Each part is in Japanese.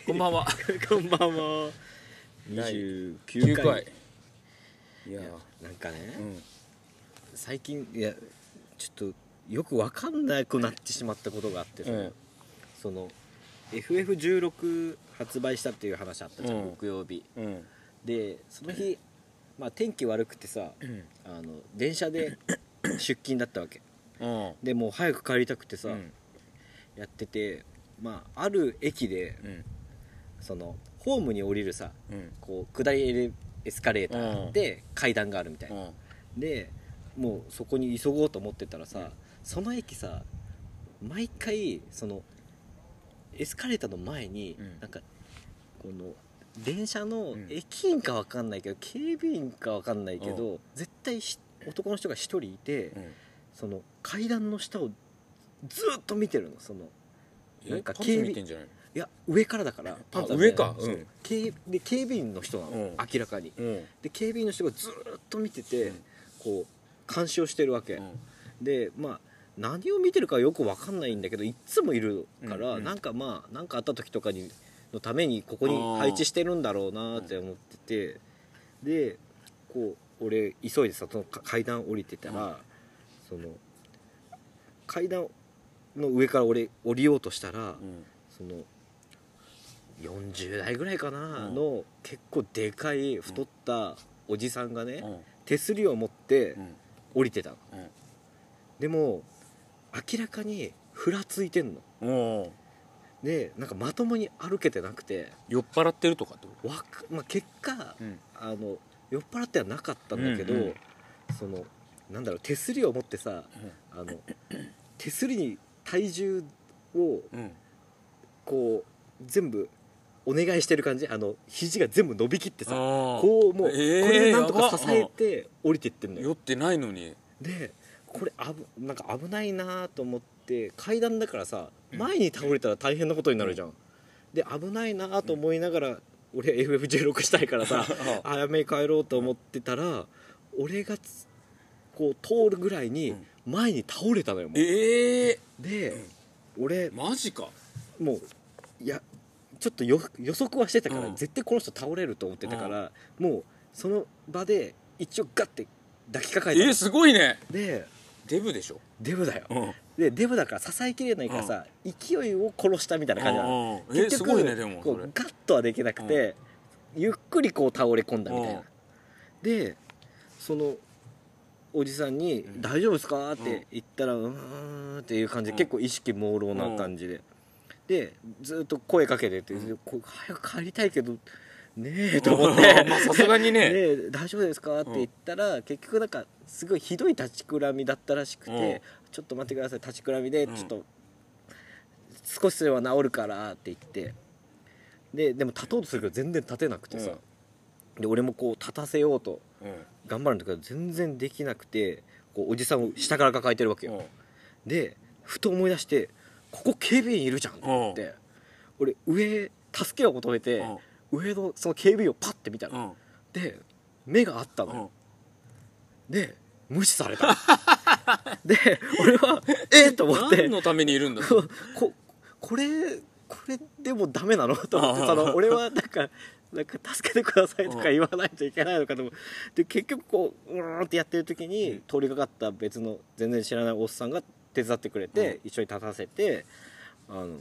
こんばんはこんばんは。第29 9回。回いやなんかね、うん最近いやちょっとよくわかんなくなってしまったことがあってさ、うんその FF16 発売したっていう話あったじゃん、うん木曜日うんでその日、まあ、天気悪くてさ、あの電車で出勤だったわけうんでもう早く帰りたくてさ、うんやっててまあある駅でうんそのホームに降りるさうんこう下りエレエスカレーターで階段があるみたいな、でもうそこに急ごうと思ってたらさ、うんその駅さ毎回そのエスカレーターの前に、うんなんかこの電車のうん駅員かわかんないけど、警備員かわかんないけど、絶対ひ男の人が1人いて、うんその階段の下をずーっと見てるのそのななんんかか警警備備見てんじゃないいや上からだからパンツは上かそううん警で警備員の人なの、うん明らかにうんで警備員の人がずーっと見てて、うんこう監視をしてるわけ、うんでまあ何を見てるかよくわかんないんだけどいっつもいるから、うんうんなんかまあなんかあった時とかにのためにここに配置してるんだろうなって思ってて、でこう俺急いでさそのか階段降りてたら、うんその階段の上から俺降りようとしたら、うんその40代ぐらいかなうんの結構でかい太ったおじさんがね、うん手すりを持ってうん降りてたのうんでも明らかにふらついてんのうんでなんかまともに歩けてなくて酔っ払ってるとかってこわかまあ、結果、とうんあの酔っ払ってはなかったんだけど、うんうんそのなんだろう手すりを持ってさあの手すりに体重をうんこう全部お願いしてる感じあの肘が全部伸びきってさここうもう、えーこれをなんとか支えて降りてってんのよ酔ってないのにでこれ危なんか危ないなと思って階段だからさ前に倒れたら大変なことになるじゃん、で危ないなと思いながら、俺 FF16 したいか らさ早めに帰ろうと思ってたら俺がつこう通るぐらいにうん前に倒れたのよもうええで俺マジかもういやちょっとよ予測はしてたから、うん絶対この人倒れると思ってたから、もうその場で一応ガッて抱きかかええたの、ーすごいねでデブでしょデブだようんでデブだから支えきれないからさ、勢いを殺したみたいな感じなの、うんえーすごいねでもこそうれガッとはできなくて、ゆっくりこう倒れ込んだみたいな、うんでそのおじさんに「ん大丈夫ですか?」っうんて言ったら「うーん」っていう感じでうん結構意識朦朧な感じで、でずっと声かけてって、うんこう早く帰りたいけどねえと思って まあさすがにねで大丈夫ですか?」って言ったら、結局なんかすごいひどい立ちくらみだったらしくて「ちょっと待ってください立ちくらみでうんちょっと、少しすれば治るから」って言ってででも立とうとするけど全然立てなくてさ、で俺もこう立たせようとうんうん頑張るんだけど全然できなくてこうおじさんを下から抱えてるわけよ、でふと思い出して「ここ警備員いるじゃん」って言って、俺上助けを求めて、うん上のその警備員をパッて見たの、うんで目があったのよ、うんで無視されたで俺はえっと思って何のためにいるんだこここれこれでもダメなのと思ってあーその俺はなんかなんか助けてくださいとか言わないといけないのかと思うで結局こううーんってやってる時に通りかかった別の全然知らないおっさんが手伝ってくれて、一緒に立たせて「あの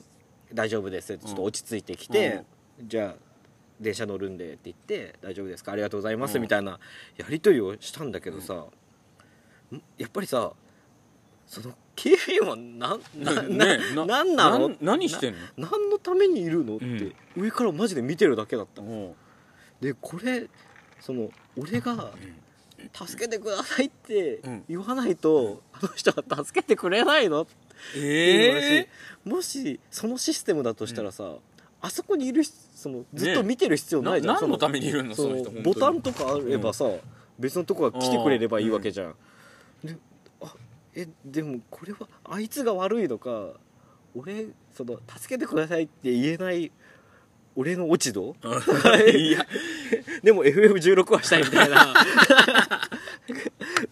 大丈夫です」ってちょっと落ち着いてきて、じゃあ電車乗るんでって言って「大丈夫ですかありがとうございます」うんみたいなやり取りをしたんだけどさ、んやっぱりさその警備員はなん なねなねななんなのん何してんのな何のためにいるのっうて、ん上からマジで見てるだけだったうんでこれその俺が「助けてください」ってうん言わないと、あの人は助けてくれないのっていう話、ええもしそのシステムだとしたらさ、あそこにいる人そのずっと見てる必要な何いじゃん、そのためにいるのそそのの人本当ボにタンとかあればさ、別のとこが来てくれればいいわけじゃん、であえでもこれはあいつが悪いのか俺その助けてくださいって言えない俺の落ち度いや で も FF16 はしたいみたいな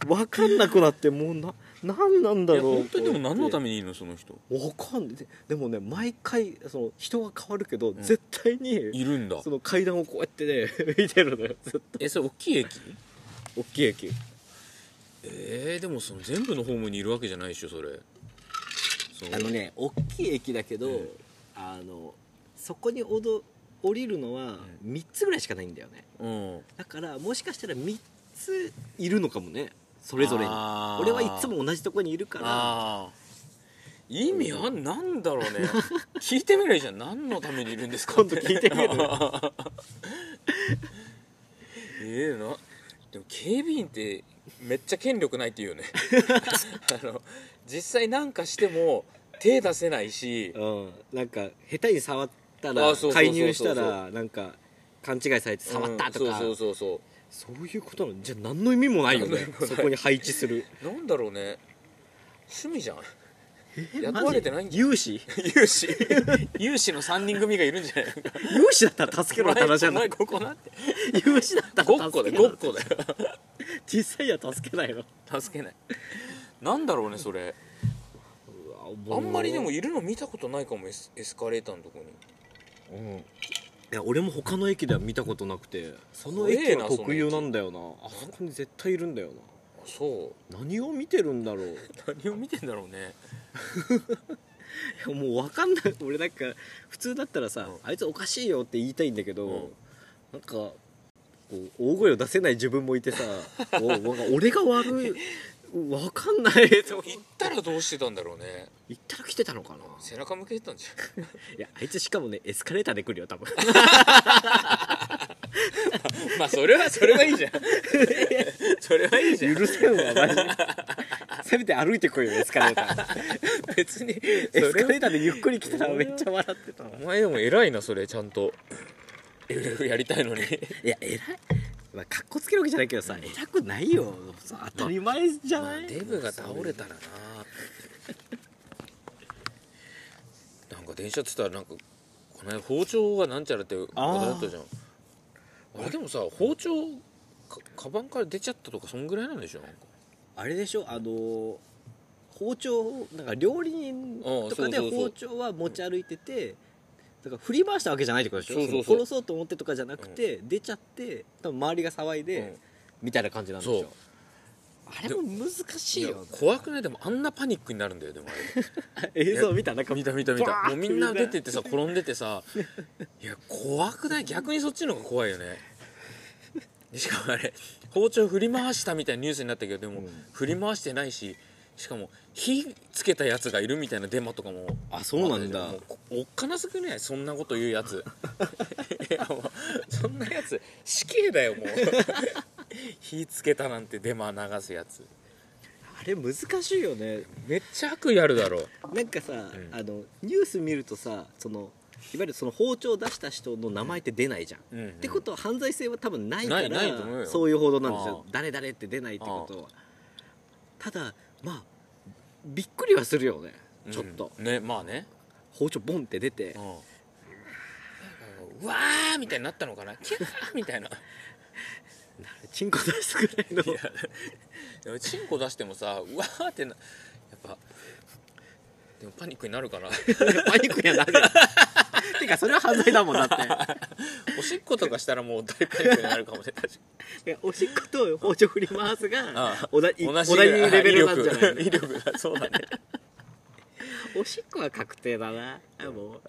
分かんなくなってもうな何なんだいろやう本当にでも何のためめにいいのその人わかんないででもね毎回その人が変わるけど、ん絶対にいるんだその階段をこうやってね 見てるのよずっとえそれ大きい駅大きい駅えー、でもその全部のホームにいるわけじゃないでしょそれそあのね大きい駅だけど、うんあのそこにおど降りるのは3つぐらいしかないんだよねうんだからもしかしたら3ついるのかもねそれぞれに俺はいつも同じとこにいるからあー意味あんなんだろう ね聞いてみればいいじゃん何のためにいるんですか今度聞いてみるええなでも警備員ってめっちゃ権力ないっていうよ ねあの実際なんかしても手出せないし うん、なんか下手に触ったあらそうそうそうそう介入したらなんか勘違いされて触ったとか、うんそうそうそうそそういうことなのじゃあ何の意味もないよ何の意ね味もないそこに配置するうなんだろうね趣味じゃん雇われてないんじゃん有志有志 有志の3人組がいるんじゃ ないのか有志だったら助けろって話じゃおな前いここなって有志だったごっらこだ助よけごっろこだよ実際には助けないの助けないなんだろうねそれあんまりでもいいるの見たことないかもエスエスカレーターのとこにや俺も他の駅では見たことなくてその怖え駅なは特有なんだよなあそこに絶対いるんだよあそな何を見てるんだろうう何を見てんだろうねいやもう分かんない俺なんか普通だったらさ、うんあいつおかしいよって言いたいんだけど、うんなんかこう大声を出せない自分もいて さおなんか俺が悪い分かんないでとも思行ったらどうしてたんだろうね言ったら来てたのかな背中向けてたんじいやあいつしかもねエスカレーターで来るよ多分ゃん まあそれはそれはいいじゃん それはいいじゃん 許せんわマジで せめて歩いてこいよエスカレータ ー別にエそスカれレーターでゆっくり来たらめっちゃ笑ってたわお前でも偉いなそれちゃんと LF やりたいのにいや偉いまあ、かっこつけるわけじゃないけどさ偉くないよさ当たり前じゃまなあい、デブが倒れたらななんか電車っつったらなんかこの間包丁がなんちゃらって話あー題だったじゃんあれでもさ包丁かカバンから出ちゃったとかそんぐらいなんでしょなんかあれでしょあのー包丁なんか料理人ああとかでそうそうそう包丁は持ち歩いててだから振り回したわけじゃないってことでしょそうそうそうの殺そうと思ってとかじゃなくて、出ちゃって多分周りが騒いで、うんみたいな感じなんでしそうょあれも難しいいよや怖くないでもあんなパニックになるんだよでもあれ 映像見たなんか見た見た見バーたッもうみんな出てってさ転んでて さいや怖くない逆にそっちの方が怖いよねでしかもあれ包丁振り回したみたいなニュースになったけどでも、うん振り回してないししかも火つけたやつがいるみたいなデマとかもあそうなんだもうこおっかなすくねそんなこと言うやつ いやもうそんなやつ死刑だよもう 火つけたなんてデマ流すやつあれ難しいよねめっちゃ悪意あるだろうなんかさ、んあのニュース見るとさそのいわゆるその包丁を出した人の名前って出ないじゃん、うんうんってことは犯罪性は多分ないからないないと思うよそういう報道なんですよああ誰誰って出ないってことはただまあびっくりはするよねちょっと、うんねまあね包丁ボンって出てうんうわーみたいになったのかなキャーみたいなチンコ出すぐらいのでもチンコ出してもさうわーってなやっぱでもパニックになるかなパニックにはなる よてかそれは犯罪だもんだっおしっことかしたらもう大パニックになるかもしれないておしっこと包丁振り回すがああおだい同同じじレベルなんじゃないの威力威力だそうだねおしっこは確定だなあもう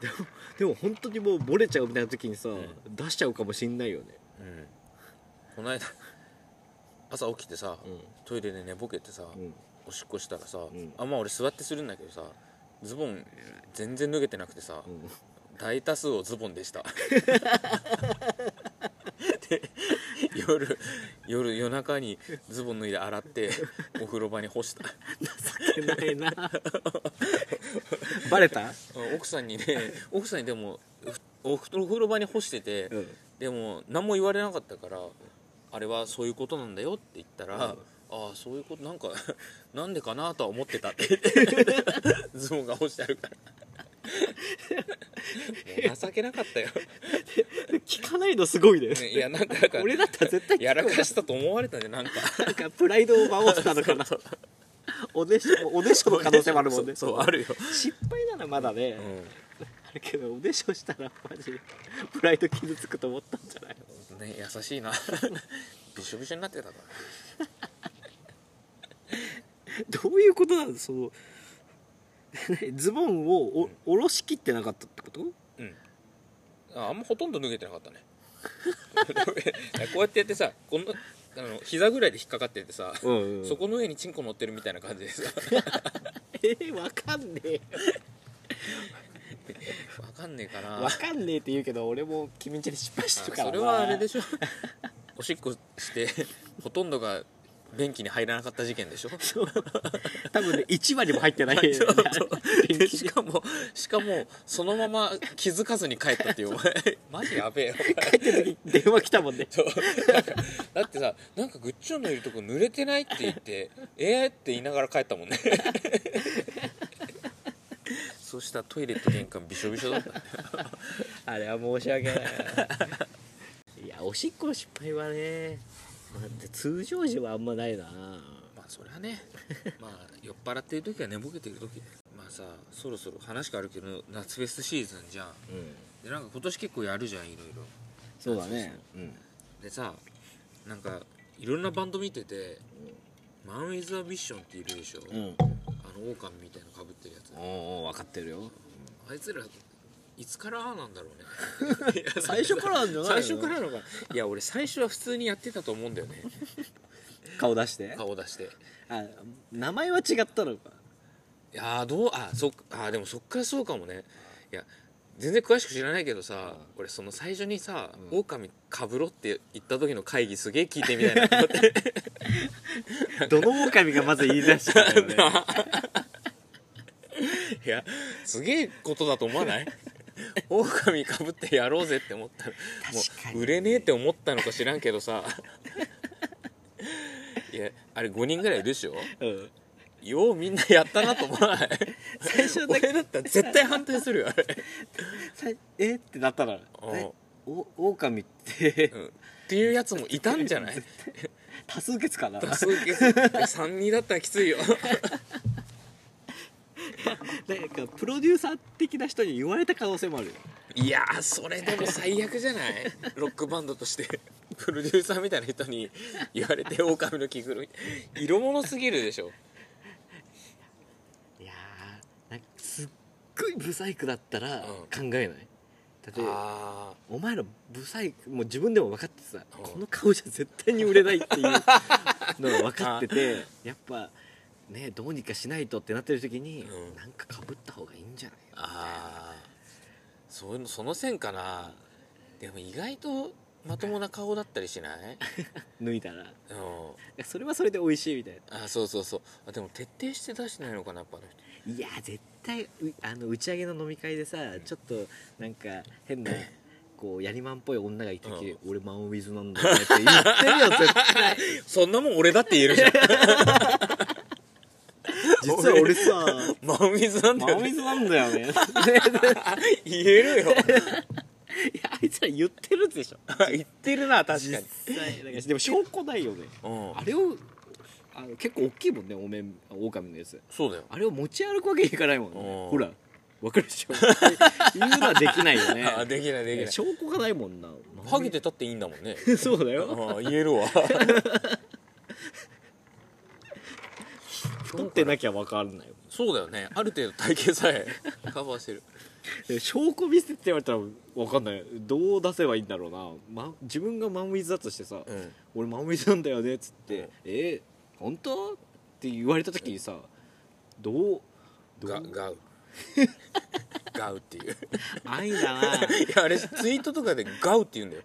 でもでも本当にもう漏れちゃうみたいな時にさ、出しちゃうかもしんないよねうんこの間朝起きてさ、んトイレで寝ぼけてさ、んおしっこしたらさ、んあんまあ俺座ってするんだけどさズボン全然脱げてなくてさ、ん大多数をズボンで したで夜夜夜中にズボン脱いで洗ってお風呂場に干した情けないなバレた奥さんにね奥さんにでもおお風呂場に干してて、うんでも何も言われなかったからあれはそういうことなんだよって言ったら、ああそういうことなんか なんでかなとは思ってた って言ってズボンが干 してあるからもう情けなかったよ聞かないのすごいねねいやなんかなんか俺だったら絶対聞くわやらかしたと思われたねなんかなんかプライドを守ったのかなおねしょおねしょの可能性もあるもんねそうそうあるよ、失敗ならまだね、うあるけどおねしょしたらマジプライド傷つくと思ったんじゃないんね、優しい なびしょびしょになってたからどういうことなのその ズボンをお下ろしきってなかったってことうん、ああんまほとんど脱げてなかったね こうやってやってさこのあの膝ぐらいで引っかかっててさ、うんそこの上にチンコ乗ってるみたいな感じでさえー、わかんねえ わかんねえかなわかんねえって言うけど俺も君んちで失敗してるからそれはあれでしょ おしっこしてほとんどが便器に入らなかった事件でしょそう多分ね1割も入ってな い、そうそうでしかもしかもそのまま気づかずに帰ったっていうお前マジやべえよお前帰ってる時電話来たもんねそうなんかだってさなんかグッチョンのいるとこ濡れてないって言ってええって言いながら帰った もんねそうしたらトイレと玄関びしょびしょだったあれは申し訳ないいやおしっこの失敗はねだって通常時はあんまないなまあそりゃね まあ酔っ払ってる時は寝ぼけてる時まあさそろそろ話があるけど夏フェスシーズンじゃんうんでなんか今年結構やるじゃんいろいろそうだねうんでさなんかいろんなバンド見ててマン・ウィズ・ア・ミッションっているでしょ、うんあのオオカミみたいなのかぶってるやつおお分かってるよあいつらいつからああなんだろうね 最初からなんじゃないの 最初からなのかいや俺最初は普通にやってたと思うんだよね顔出して顔出していあ名前は違ったのかやーどうあそっあでもそっからそうかもねいや全然詳しく知らないけどさ、俺その最初にさ「オオカミかぶろ」って言った時の会議すげえ聞いてみたいなと思ってどの狼がまず言い出したのよね いやすげえことだと思わ ないオオカミかぶってやろうぜって思ったら確かにもう売れねえって思ったのか知らんけどさ いやあれ5人ぐらいいるでしょうんようみんなやったなと思わない最初だけ俺だったら絶対反対するよあれ、さえってなったらうんえお狼ってうん、っていうやつもいたんじゃない多数決かな多数決3人だったらきついよなんかプロデューサー的な人に言われた可能性もあるよいやーそれでも最悪じゃないロックバンドとしてプロデューサーみたいな人に言われて狼の着ぐるみ色物すぎるでしょいやーなんかすっごいブサイクだったら考えない、だってあお前らブサイクもう自分でも分かってさ、うんこの顔じゃ絶対に売れないっていうのが分かっててやっぱねどうにかしないとってなってる時に、うんなんかかぶった方がいいんじゃないあーそういうのその線かなでも意外とまともな顔だったりしない、脱いだらうん、それはそれで美味しいみたいあそうそうそうあでも徹底して出してないのかなやっぱあの人ないや絶対うあの打ち上げの飲み会でさちょっとなんか変 なこうやりまんっぽい女がいた時、俺マンウィズなんだよねって言ってるよ絶対そんなもん俺だって言えるじゃん実は 俺さマンウィズなん マだよンウねィズなんだよ ね言えるよいやあいつら言ってるでしょ 言ってるな確かに、実際なんかでも証拠ないよねうん、あれをあの結構大きいもんねお面オオカミのやつそうだよあれを持ち歩くわけにいかないもんねうんほらわかるで しょ言うのはできないよ ねあできないできない証拠がないもんなハゲてたっていいんだもん ね そうだよあ言えるわ太ってなきゃわかんないよ そうだよねある程度体型さえ カバーしてるで証拠見せてって言われたらわかんないどう出せばいいんだろうな、ま、自分がマンウィズだとしてさ、うん俺マンウィズなんだよねっつって「うんえー、本当?」って言われた時にさどうどガうガ ウガウって いう安易だないやあれツイートとかでガウって言 うんだよ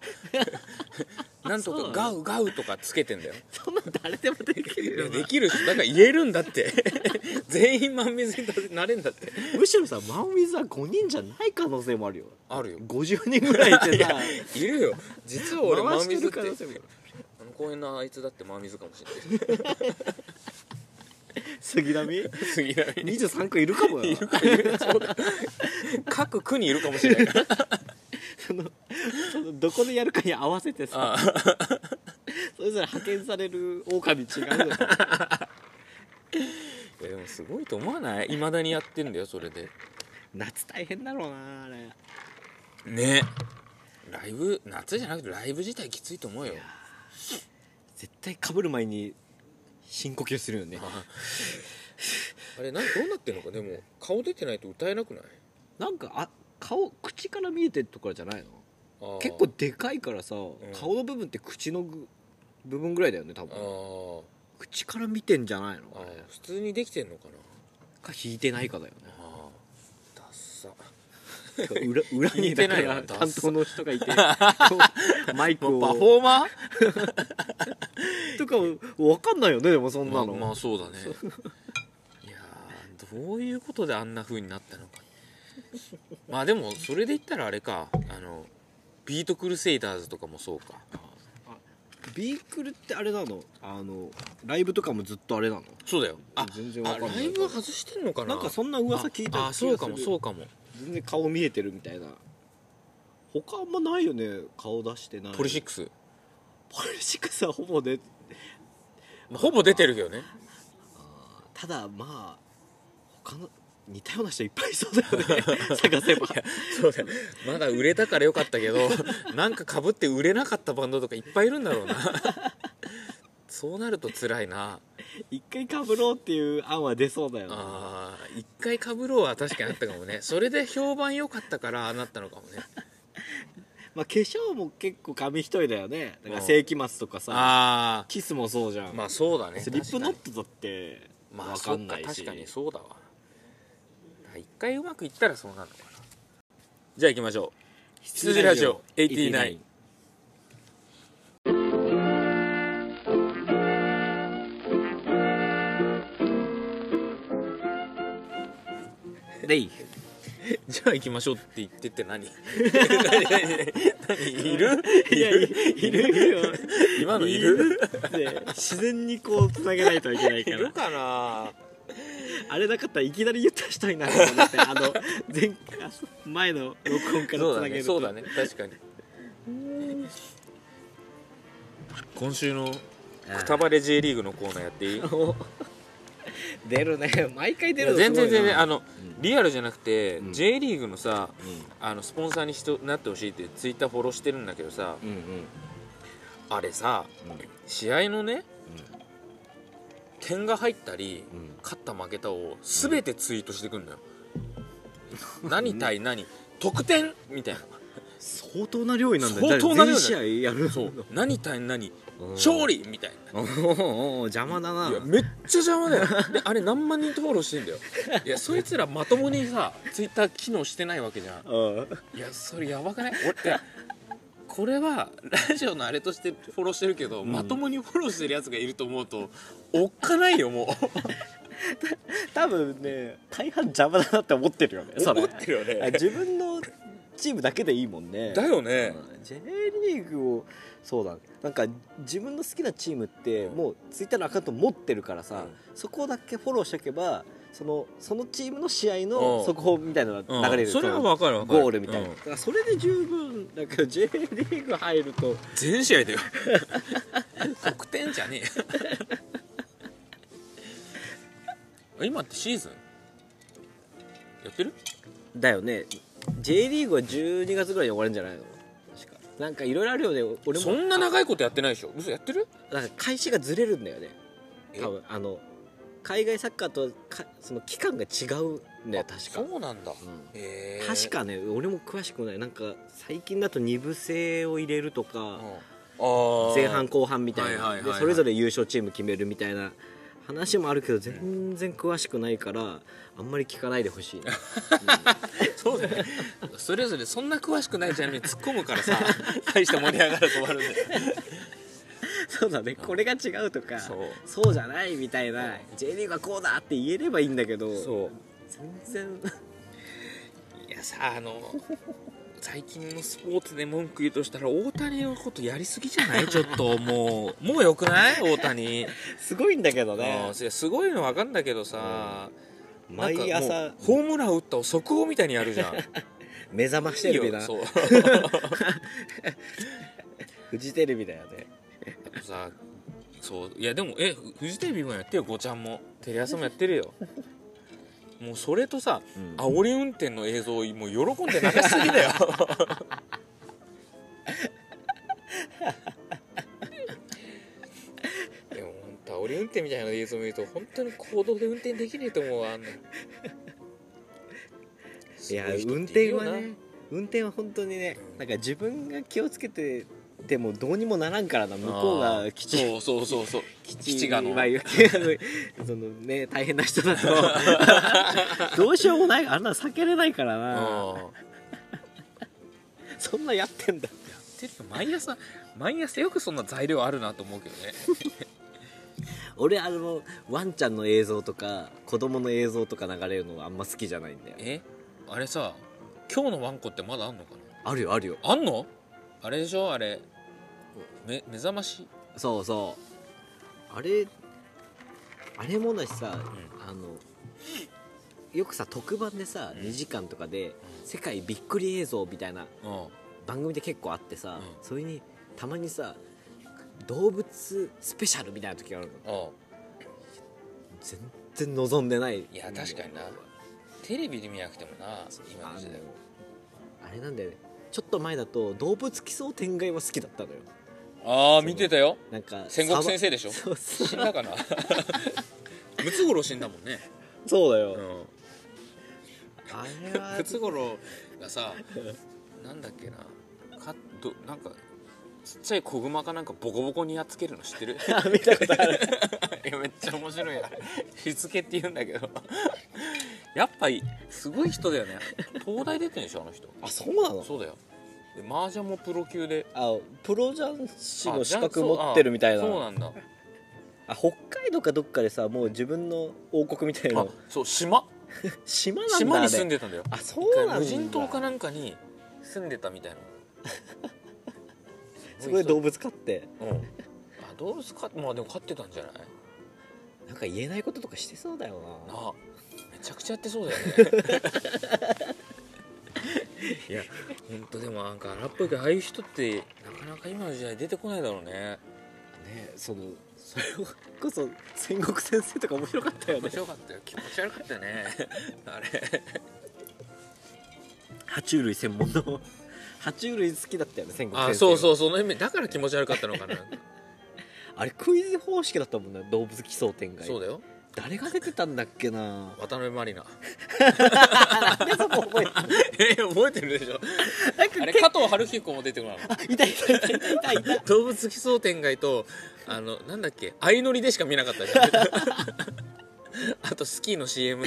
なんとそかうなガウガウとかつけてんだよ そんな誰でもできいるやよできるしだから言えるんだって 全員満水になれんだってむしろさマンウィズは5人じゃない可能性もあるよあるよ50人ぐら いいてさいるよ実は俺回真して水っるて可能性もあるあの公園のあいつだって真水かもしれない杉並 杉並に23区いるかもよ ないるかいるそうだ各区にいるかもしれないからそのそのどこでやるかに合わせてさ あそれぞれ派遣される狼違うのかいやでもすごいと思わないいまだにやってんだよそれで夏大変だろうなあれねライブ夏じゃなくてライブ自体きついと思うよ絶対かぶる前に深呼吸するよねあれなんどうなってんのかでも顔出てないと歌えなくないなんかあ顔口から見えてるところじゃないのあー結構でかいからさ、ん顔の部分って口のぐ部分ぐらいだよね多あ分ー口から見てんじゃないのああれー普通にできてんのかか引いてないかだよなあーダッサねか 裏裏引にいてだかないよらダサ担当の人がい てこうマイクもをうパフォーマーとか分かんないよねでもそんなの、まあ、まあそうだねいやーどういうことであんな風になったのかまあでもそれで言ったらあれかあのビートクルセイダーズとかもそうかビークルってあれなのあのライブとかもずっとあれなのそうだよあ全然わあかんないライブは外してんのかななんかそんな噂聞いたああそうかもそううかも全然顔見えてるみたいな他あんまないよね顔出してないポリシックス、ポリシックスはほぼねまあ、ほぼ出てるけどねただまあ他の似たような人いっぱいいそうだよね 探せばそうだよまだ売れたからよかった けどなんかかぶって売れなかったバンドとかいっぱいいるんだろうな そうなると辛いな一回かぶろうっていう案は出そうだよねああ一回かぶろうは確かにあったかもね それで評判良かったからああなったのかもねまあ、化粧も結構紙一重だよねだから世紀末とかさあキスもそうじゃあん、まあそうだねスリップノッ確かトだってにまあわそかっんかない確し、かにそうだわだから一回うまくいったらそうなるのかなじゃあ行きましょう羊ラジオ89でい じゃあ行きましょうって言ってって 何何何何いるいやいいるよ今のいるで自然にこうつなげないといけないからかなあれなかったらいきなり言った人になると思ってあの前あ前の録音からそうつなだげねるそとうだね確かに今週のくたばれ J リーグのコーナーやっていいお出るね毎回出るの全然す全ごい然なあのリアルじゃなくて、うん J リーグのさうんあのスポンサーにしとなってほしいってツイッターフォローしてるんだけどさうんうんあれさうん試合のね点が入ったり勝った負けたを全てツイートしてくんのよ、何対何得点みたい相当な量になんだ相当な量だ全試合やるなそう何対何うん勝利みたいなおーおー邪魔だないやめっちゃ邪魔だよであれ何万人登録してんだよいやそいつらまともにさツイッター機能してないわけじゃんうんいやそれやばくない俺いやこれはラジオのあれとしてフォローしてるけど、まともにフォローしてるやつがいると思うとおっかないよも多分ね大半邪魔だなって思ってるよねう それ思ってるよあね自分のチームだけでいいもんねだよね、うん J リーグをそうだなんか自分の好きなチームってうんもうツイッターのアカウント持ってるからさ、うんそこだけフォローしておけばそのそのチームの試合うのん速報みたいなのうんが流れる、それは分かる分かるゴールみたいな、うんだからそれで十分だけど J リーグ入ると全試合だよ得点じゃねえ今ってシーズンやってるだよね J リーグは12月ぐらいで終わるんじゃないの確かなんかいろいろあるよね俺そもんな長いことやってないでしょ嘘やってるなんか開始がずれるんだよねえ多分あの海外サッカーとかその期間が違うんだよ確か、そうなんだうんへえ確かね俺も詳しくないなんか最近だと2部制を入れるとうんか、あー前半後半みたいな、はいはいはいはいでそれぞれ優勝チーム決めるみたいな話もあるけど全然詳しくないからあんまり聞かないでほ しいね、そうだねそれぞれそんな詳しくないジャンルに突っ込む からさ大して盛り上がると終わるんだよそうだねこれが違うとかそうそうじゃないみたいな J リーグはこうだって言えればいいんだけどそう全然い やさあの最近のスポーツで文句言うとしたら大谷のことやりすぎじゃないちょっともうもうよくない大谷すごいんだけどあねーいやすごいの分かんだけどさ、なんかもう毎朝 ホームラン打ったを速報みたいにやるじゃん目覚ましテレビだなそうフジテレビだよねさそういやでもえフフジテレビもやってよごちゃんもテレ朝もやってるよもうそれとさ、うん煽り運転の映像をもう喜んで流しすぎだよでも本当煽り運転みたいな映像を見ると本当に行動で運転できねえと思うわあんないやすご人運ってい転るよはなね運転は本当にねうんなんか自分が気をつけててもどうにもならんからな向こうがきちそうそうそうそう基地がのまあ、 そのね大変な人だと どうしようもないあんなの避けれないからなうんそんなやってんだテレビ毎朝毎朝よくそんな材料あるなと思うけどね俺あのワンちゃんの映像とか子供の映像とか流れるのはあんま好きじゃないんだよえあれさ今日のワンコってまだあんのかあるよあるよなあんのあれでしょあれめ目覚ましそうそうあれあれもだしさ、あのよくさ特番でさ、うん2時間とかで「世界びっくり映像」みたいなうん番組で結構あってさ、うんそれにたまにさ動物スペシャルみたいな時があるのうん全然望んでないいや確かになテレビで見なくてもな今あのの時代はあれなんだよねちょっと前だと動物奇想天外は好きだったのよああの見てたよなんか戦国先生でしょサバそう死そんうだかな ムツゴロウ死んだもんね、そうだよ、うん、あれはムツゴロウがさなんだっけなかどなんかちっちゃい子熊かなんかボコボコにやっつけるの知ってるあ見たことある いやめっちゃ面白いあれしつけって言うんだけどやっぱいすごい人だよね東大出てんでしょあの人あそうなのそうだよで麻雀もプロ級であプロ雀士のあじ資格ゃあそう持ってるみたいなあそうなんだあ北海道かどっかでさもう自分の王国みたいあなそう島島なんだ島に住んででたんだよあそうなんだ無人島かなんかに住んでたみたいな すごい動物飼ってうんあ動物飼ってまあでも飼ってたんじゃないなんか言えないこととかしてそうだよななあめちゃくちゃやってそうだ よねいや本当でもなんか荒っぽいけどああいう人ってなかなか今の時代出てこないだろうねねそのそれこそ戦国先生とか面白かった よ面ね白かったよ気持ち悪かったよね あれ爬虫類専門の爬虫類好きだったよね戦国 先生あそうそううその意味だから気持ち悪かったの かなあれクイズ方式だったもんね動物奇想天外そうだよ誰が出てたんだっけ な渡辺満里奈なんでそこ覚えてんのえ覚えてるでしょなんかあ れ加藤春彦も出てこないのいたいたいたいたいたい た動物奇想天外とあのなんだっけ相乗りでしか見なかったじゃ んあとスキーの CM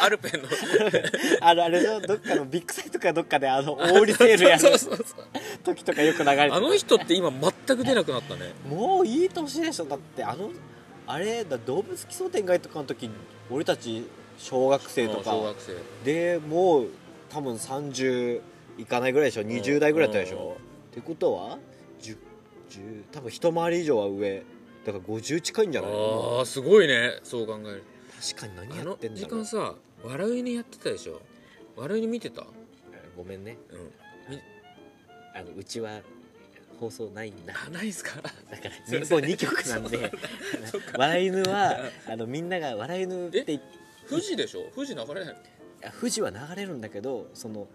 アルペンの あのあれのどっかのビッグサイトかどっかであのオーリセールや るそうそうそう時とかよく流れてたあの人って今全く出なくなったねもういい年でしょだってあのあれだ動物奇想天外とかの時俺たち小学生と小か学生でもう多分30いかないぐらいでしょ20代ぐらいだったでしょってことは10 10多分一回り以上は上だから50近いんじゃないああすごいねそう考える確かに何あやっのてん時だろう間さ笑いにやってたでしょ笑いに見てたごめんねうんあのうちは放送ないんだあないっすかだから民放2局なんで「笑い犬は」あのみんなが「笑い犬」って言っ富士でしょ富士流れないあ富士は流れるんだけどその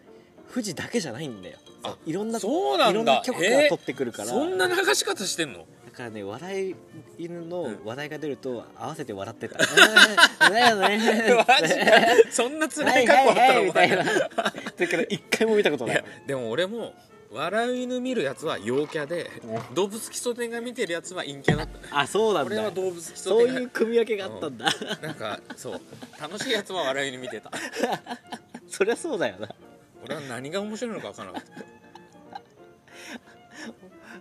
富士だけじゃないんだよあいろんなそうなんだいろんな曲がえー取ってくるから、そんな流し方してん のだからね笑い犬うんの話題が出ると合わせて笑って た「うんだよね」マジか そんな辛い過去あったのみおた前いなだから一回も見たこといないやでも俺も笑う犬見るやつは陽キャで動物基礎点が見てるやつは陰キャだったあそうなん俺はだ動物基礎そう点いう組み分けがあったんだ、なんかそう楽しいやつは笑い犬見てた そりゃそうだよな俺は何が面白いのか分からなかっ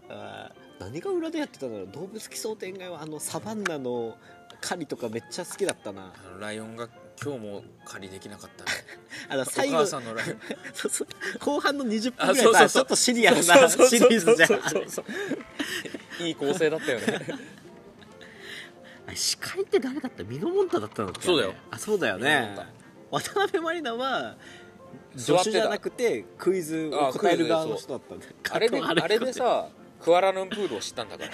たあー何が裏でやってたんだろう動物奇想天外はあのサバンナの狩りとかめっちゃ好きだったなあのライオンが今日も借りできなかったねあのお最後母そさうんのライオンそう後半の20分あぐらいさちそうょそうそうっとシリアルなシそうそうそうリーズじゃんあそうそうそういい構成だったよねれ司会って誰だったミノモンタだったのそうだよあそうだよミノモねンタ渡辺満里奈は 座っ助手てじゃたなくてクイズを答える側の人だったんだあれで加あ藤れでさクアラルンプールを知ったん だから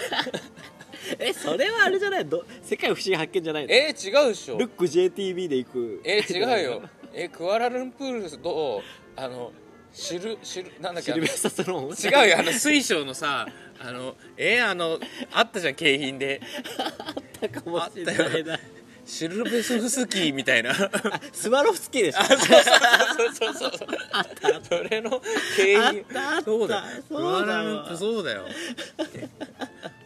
えそれはあれじゃないど世界不思議発見じゃないのえー、違うでしょルック JTB で行くえー、違うよえー、クアラルンプールとあのシルシルなんだっけ シあのルベスタスローン違うよあの水晶のさあのえー、あのあったじゃん景品でた かもしれないなシルベソフスキーみたいなスワロフスキーでしょそうそうそうそうそれの景あっ品たあったそうだよそうだクアラルンわプールそうだよ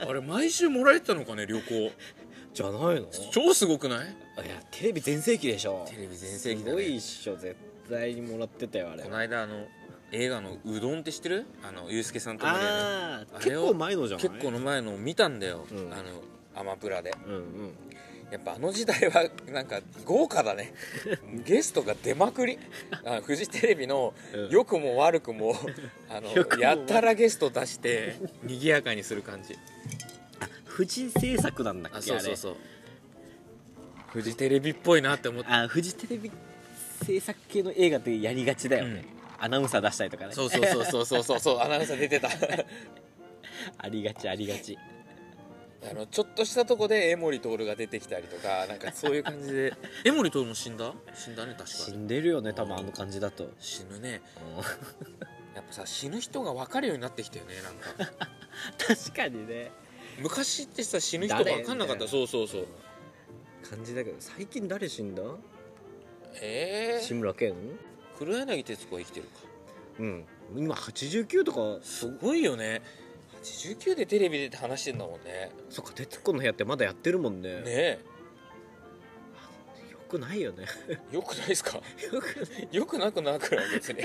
あれ毎週もらえてたのかね旅行じゃないの超すごくないいやテレビ全盛期でしょテレビ全盛期だすごねいっしょ絶対にもらってたよあれこの間あの映画の「うどん」って知ってるあのユースケさんともねあああ結れを構前のじゃない結構の前のを見たんだよ、うんあのアマプラでうんうんやっぱあの時代はなんか豪華だ ねゲストが出まくりあフジテレビのうん良くも悪くもあの良くもやたらゲスト出して賑やかにする感じ富士製作なんだっけああそうれそうそうフジテレビっぽいなって思ってあフジテレビ制作系の映画ってやりがちだよね、アナウンサー出したりとかねそうそうそうそうそうそう そうアナウンサー出てたありがちありがちあのちょっとしたとこで江守徹が出てきたりとかなんかそういう感じで 江守徹も死んだ死んだね死確かんでるよね多分あの感じだと、死ぬねやっぱさ死ぬ人が分かるようになってきたよねなん か確かにね昔ってさ死ぬ人分かんなかっ誰みたいたなそうそうそう感じだけど最近誰死んだええ志村けん黒柳徹子は生きてるかうん今89とかすごいよね89でテレビで話してんだもんねそっか「徹子の部屋」ってまだやってるもんねねよくないよね えよくないですかよくなくなくない 別に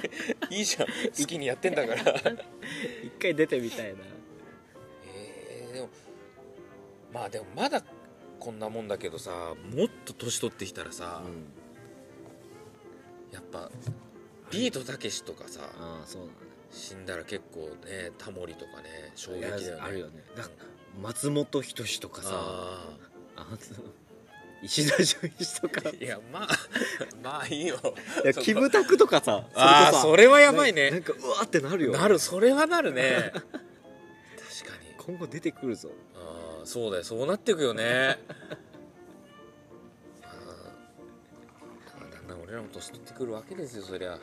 いいじゃん好きにやってんだから一回出てみたいなえー、でもまあでもまだこんなもんだけどさもっと年取ってきたらさ、うんやっぱビートたけしとかさ、ああそうなんだ死んだら結構ねタモリとかね衝撃いだよねやあるよねだ松本人志とかさああの石田純一と かーいやまあ まあいいよいやそこキムタクとかさああそれはやばいなねんかうわーってなるよなるそれはなる ね確かに今後出てくるぞあーそうだよそうなっていくよ ねあーだんだん俺らも年取ってくるわけですよそりゃあっ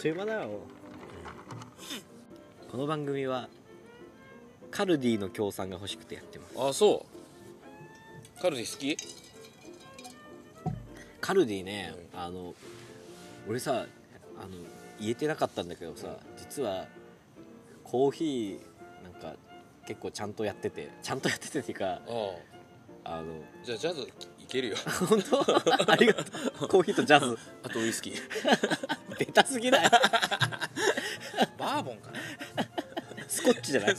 という間だよこの番組はカルディの協賛が欲しくてやってますあそうカルディ好きカルディね、あの俺さあの言えてなかったんだけどさ、実はコーヒーなんか結構ちゃんとやっててちゃんとやっててっていうかああ あじゃあジャズいけるよの本当ありがとうコーヒーとジャズ あとウイスキーベタすぎないバーボンかなスコッチじゃない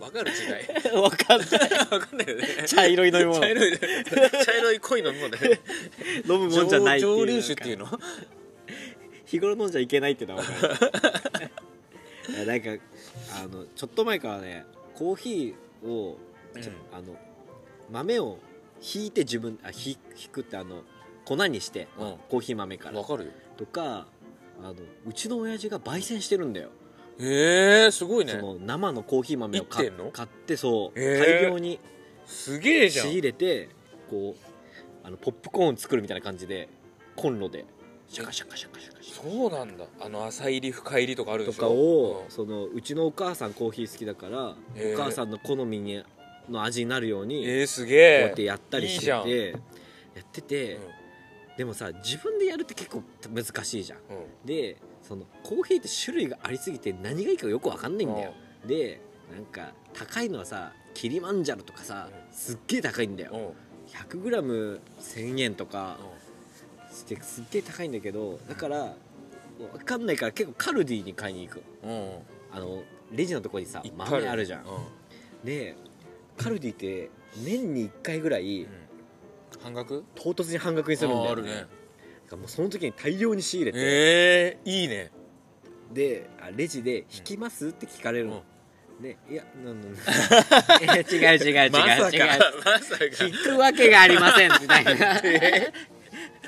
わかる違い わかんないわかんないよね茶色い飲み 物茶色い 茶色い濃い飲み物で飲むも んじゃないっていう蒸留酒っていうの日頃飲んじゃいけないってのは 分かるいやなんかあのちょっと前からねコーヒーを、ちょあの豆をひいて自分あひひくってあの粉にして、うんコーヒー豆からわかるよとかあのうちの親父が焙煎してるんだよ、えー、すごいそねの生のコーヒー豆を買生きてんの買ってそう、へー大量にすげえじゃ仕ん入れてこうあのポップコーン作るみたいな感じでコンロでシャカシャカシャカシャカシャカそうなんだあの浅入り深入りとかあるでとしょかを、そのうちのお母さんコーヒー好きだから、へーお母さんの好みにの味になるよううんに、こえー、すうげやってえやったりしていいじゃんてやってて、うでもさ自分でやるって結構難しいじゃんんうんでそのコーヒーって種類がありすぎて何がいいかよく分かんないんだよでなんか高いのはさキリマンジャロとかさすっげえ高いんだうんようん 100g1000 円とかしてすっげえ高いんだけどだから分かんないから結構カルディに買いに行くうんうんあのレジのとこにさいっぱい豆あるじゃうんんでカルディって年に1回ぐらいうん半額唐突に半額にするんだあーあよるねねだからもうその時に大量に仕入れて、えー、いいねであレジで「引きます?」って聞かれるの、でいやなんなん いや違う違う違う違う、 まさかまさか引くわけがありませんみたいな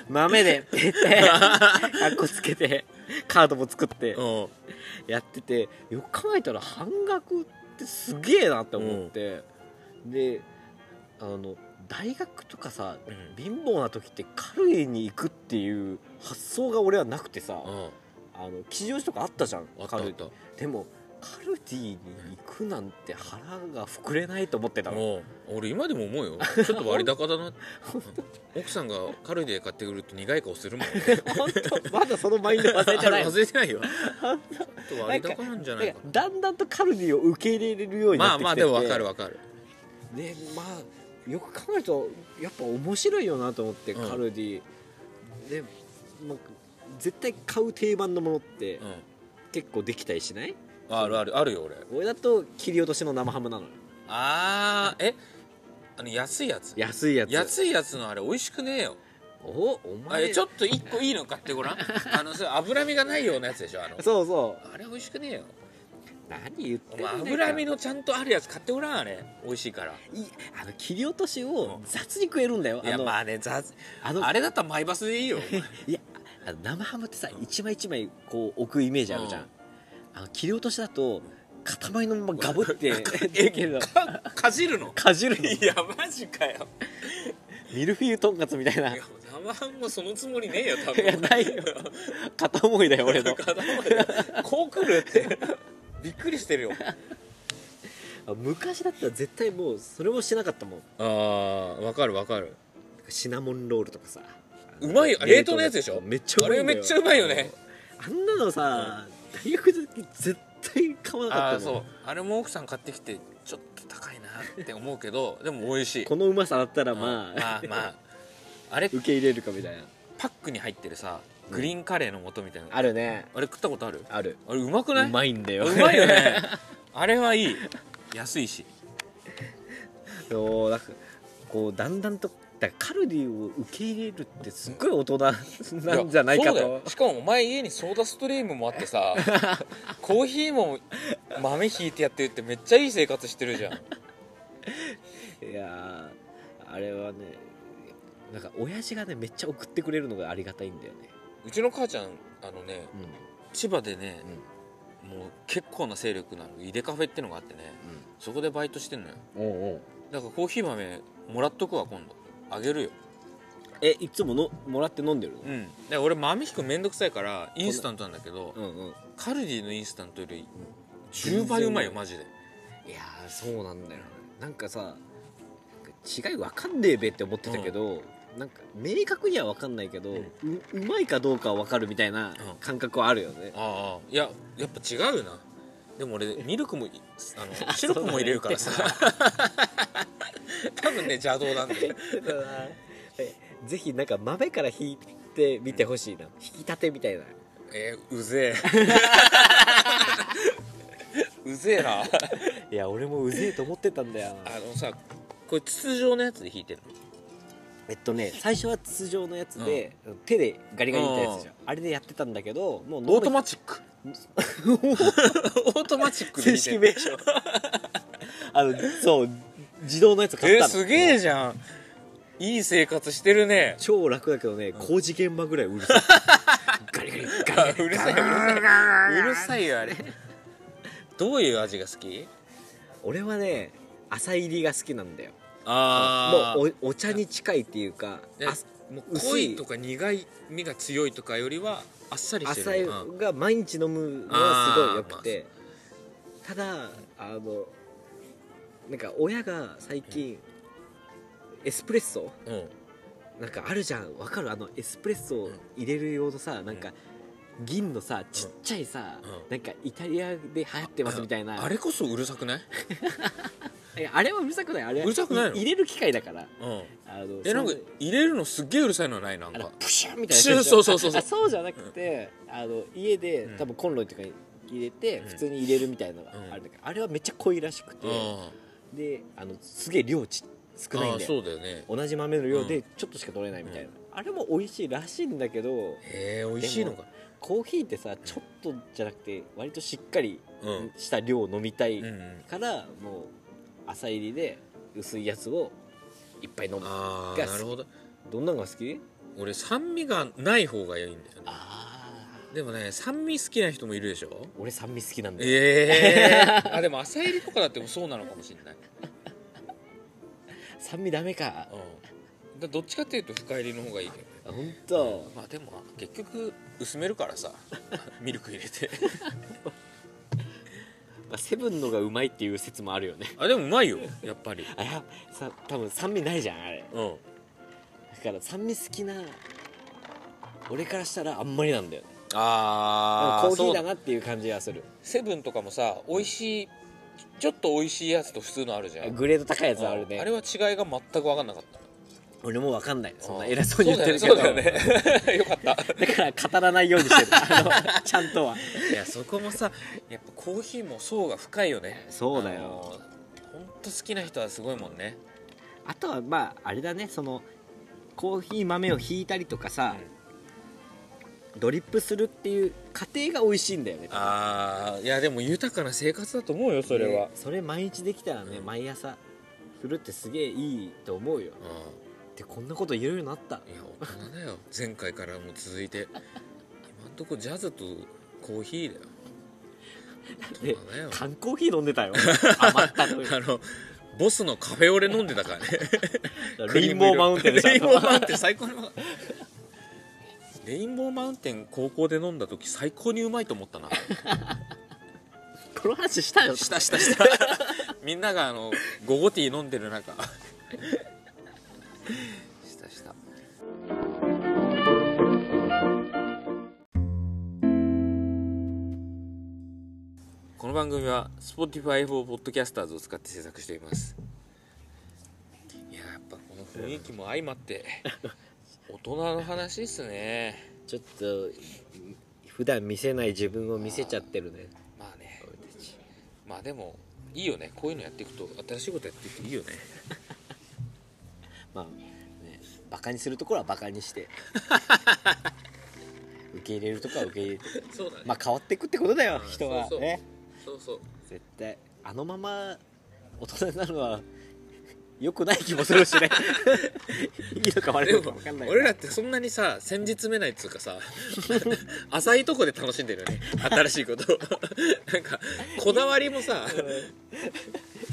豆で って言ってかっこつけてカードも作ってうんやっててよく考えたら半額ってすげえなって思って、であの大学とかさうん貧乏な時ってカルイに行くっていう発想が俺はなくてさ、うんあの吉祥寺とかあったじゃんあったカあっルたでもカルディに行くなんて腹が膨れないと思ってたのうん俺今でも思うよちょっと割高だな奥さんがカルディで買ってくると苦い顔するもんね本当まだそのマインド忘れてあなれいの忘れてないよちょっと割高なんじゃないかなんかだんだんとカルディを受け入れれるようにまなっあてきててまあでも分かる分かるねまあよく考えるとやっぱ面白いよなと思って、うんカルディで、まあ、絶対買う定番のものってうん結構できたりしないあるあるあるよ俺俺だと切り落としの生ハムなのよあーえあの安いやつ安いやつ安いやつのあれ美味しくねえよおおあ前れちょっと一個いいの買ってご らんあのそれ脂身がないようなやつでしょあのそうそあれ美味しくねえよう何言っおてん前ねん脂身のちゃんとあるやつ買ってごらんあれ美味しいからいあの切り落としを雑に食えるんだよ、いあやの、まあね雑あのあれだったらマイバスでいいよ いやあの生ハムってさ一枚一枚こう置くイメージあるじゃん、うんあの切り落としだと塊のままガブってえできるのかかじるのかじるのいやマジかよミルフィーユとんかつみたいないや生ハムもそのつもりねえよ多いや分ないよ片思いだよ俺のこう来るってびっくり してるよ昔だったら絶対もうそれもしなかったもんああわかるわかるシナモンロールとかさうまいよ冷凍のやつでしょめっちゃうまいんだあれめっちゃうまいよねあんなのさ大学の時絶対買わなあかあっーたもそうんあれも奥さん買ってきてちょっと高いなって思うけど でも美味しいこのうまさだったらまうんまああまああれ受け入れるかみたいなパックに入ってるさグリーンカレーの素みたいな、あるねあれ食ったことあるあるあれうまくないうまいんだようまいよねあれはいい安いし そうなんかこうだんだんとだからカルディを受け入れるってすっごい大人 なんじゃないやかそうだよとしかもお前家にソーダストリームもあって さコーヒーも豆ひいてやってるってめっちゃいい生活してるじゃんいやーあれはねなんか親父がねめっちゃ送ってくれるのがありがたいんだよねうちの母ちゃんあのねうん千葉でね、もう結構な勢力のある井出カフェってのがあってねそこでバイトしてんのようんうんおうおうだからコーヒー豆もらっとくわ今度あげるよえいつものもらって飲んでるのう、んで俺豆ひくのめんどくさいからインスタントなんだけどうん、うんカルディのインスタントより10倍うまいよマジでいやーそうなんだよなんかさなんか違いわかんねえべって思ってたけど、なんか明確にはわかんないけど、ううんうまいかどうかはわかるみたいな感覚はあるよ ね、ああいややっぱ違うなでも俺ミルク もいあのシロップも入れるからさ多分ね邪道なん でぜひなんか豆から引いてみてほしいな、引き立てみたいなえーうぜえ うぜえないや俺もうぜえと思ってたんだよあのさこれ筒状のやつで弾いてる えっとね最初は筒状のやつで、手でガリガリみたいなやつじゃん、あれでやってたんだけども うのオートママチックオートマチックで弾正いて式る名称あのそう自動のやつ買えっーたのすげえじゃんいい生活してるね超楽だけどね工事現場ぐらいうるさいガリガリガリガリ うるさいうるさいうるさいよあれどういう味が好き俺はね浅入りが好きなんだよあもうおお茶に近いっていうかねあもう薄い濃いとか苦い味が強いとかよりはあっさりして朝る湯うんが毎日飲むのはすごい良くてただあのなんか親が最近エスプレッソうんなんかあるじゃんわかるあのエスプレッソを入れる用のさなんか銀のさちっちゃいさうんなんかイタリアで流行ってますみたいなあれこそうるさくないいやあれはうるさくないあれはうるさくないの入れる機械だからうんあのえなんかそ入れるのすっげえうるさいのないなんあのかプシュンみたいプなシュンそうそうそうそうあそうじゃなくて、あの家でうん多分コンロとかに入れて、うん普通に入れるみたいなのがうんあるんだけど、あれはめっちゃ濃いらしくて、うんであのすげえ量ち少ないあんあでそうだよね同じ豆の量うでちょっとしか取れないみたいな、あれも美味しいらしいんだけどへえ美味しいのかコーヒーってさちょっとじゃなくて割としっかりうんした量を飲みたいうんうんから、もう朝入りで薄いやつをいっぱい飲むああがなるほどどんなのが好き俺酸味がない方がいいんだよねああでもね酸味好きな人もいるでしょ俺酸味好きなんだよええあでも朝入りとかだってそうなのかもしれない、酸味ダメかうん、だどっちかっていうと深入りの方がいいけどねあ本当まあでも結局薄めるからさ ミルク入れてまあ、セブンのがうまいっていう説もあるよね あでもうまいよやっぱりあやさ多分酸味ないじゃんあれうんだから酸味好きな俺からしたらあんまりなんだよねあコーヒーだななっていう感じがするセブンとかもさ美味しいちょっと美味しいやつと普通のあるじゃんグレード高いやつあるねあれは違いが全く分かんなかった俺もわかんないそんなあー偉そうに言ってるけそどうだよねそうだよね よかっただから語らないようにしてる あのちゃんとはいやそこもさやっぱコーヒーも層が深いよねそうだあよのほんと好きな人はすごいもんねあとはまああれだねそのコーヒー豆をひいたりとかさ、ドリップするっていう過程が美味しいんだよねああいやでも豊かな生活だと思うよそれはね、それ毎日できたらね、うん毎朝するってすげえいいと思うよでこんなこと言えるようになったうんいや大人だよ 前回からも続いて今んとこジャズとコーヒーだよ大で人だよ缶コーヒー飲ん でたよ余ったのよあのボスのカフェオレ飲んでたからねレインボーマウンテンで さレインボーマウンテン最高にうまかったレインボーマウンテン高校で飲んだ時最高にうまいと思ったな この話したよしたした したみんながあのゴゴティー飲んでる中したしたこの番組は Spotify for Podcasters を使って制作していますいややっぱこの雰囲気も相ま って大人の話っすねちょっと普段見せない自分を見せちゃってるねまあねまあでもいいよねこういうのやっていくと新しいことやっていくといいよねまあねバカにするところはバカにして 受け入れるところは受け入れてそうだねまあ変わっていくってことだようん人はそうそうねそうそう絶対あのまま大人になるのは良くない気もする しねいいのか悪いでのかも 分かんない俺らってそんなにさ先日めないっつうかさ 浅いとこで楽しんでるよね新しいこと をなんかこだわりもさ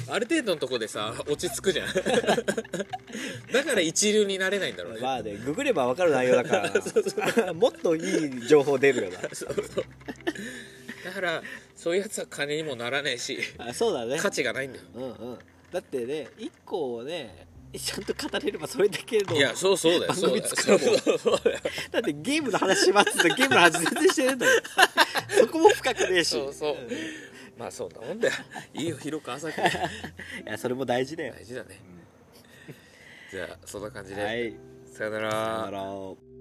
ある程度のとこでさ落ち着くじゃん だから一流になれないんだろうね、まあねググれば分かる内容だ からもっといい情報出るよそうそうだからそういうやつは金にもならねえしなあそうだね価値がないんだようんうんだってね一個をねちゃんと語れればそれだけのいやそうそうだよ番そう組だよ作ろうそうそうそうだよだってゲームの話しますってゲームの話全然してねえん だもんそこも深くねえしそうそうまあそんなもんだよいいよ広く浅くいやそれも大事だよ 大事だねじゃあそんな感じで、はいさよならさよなら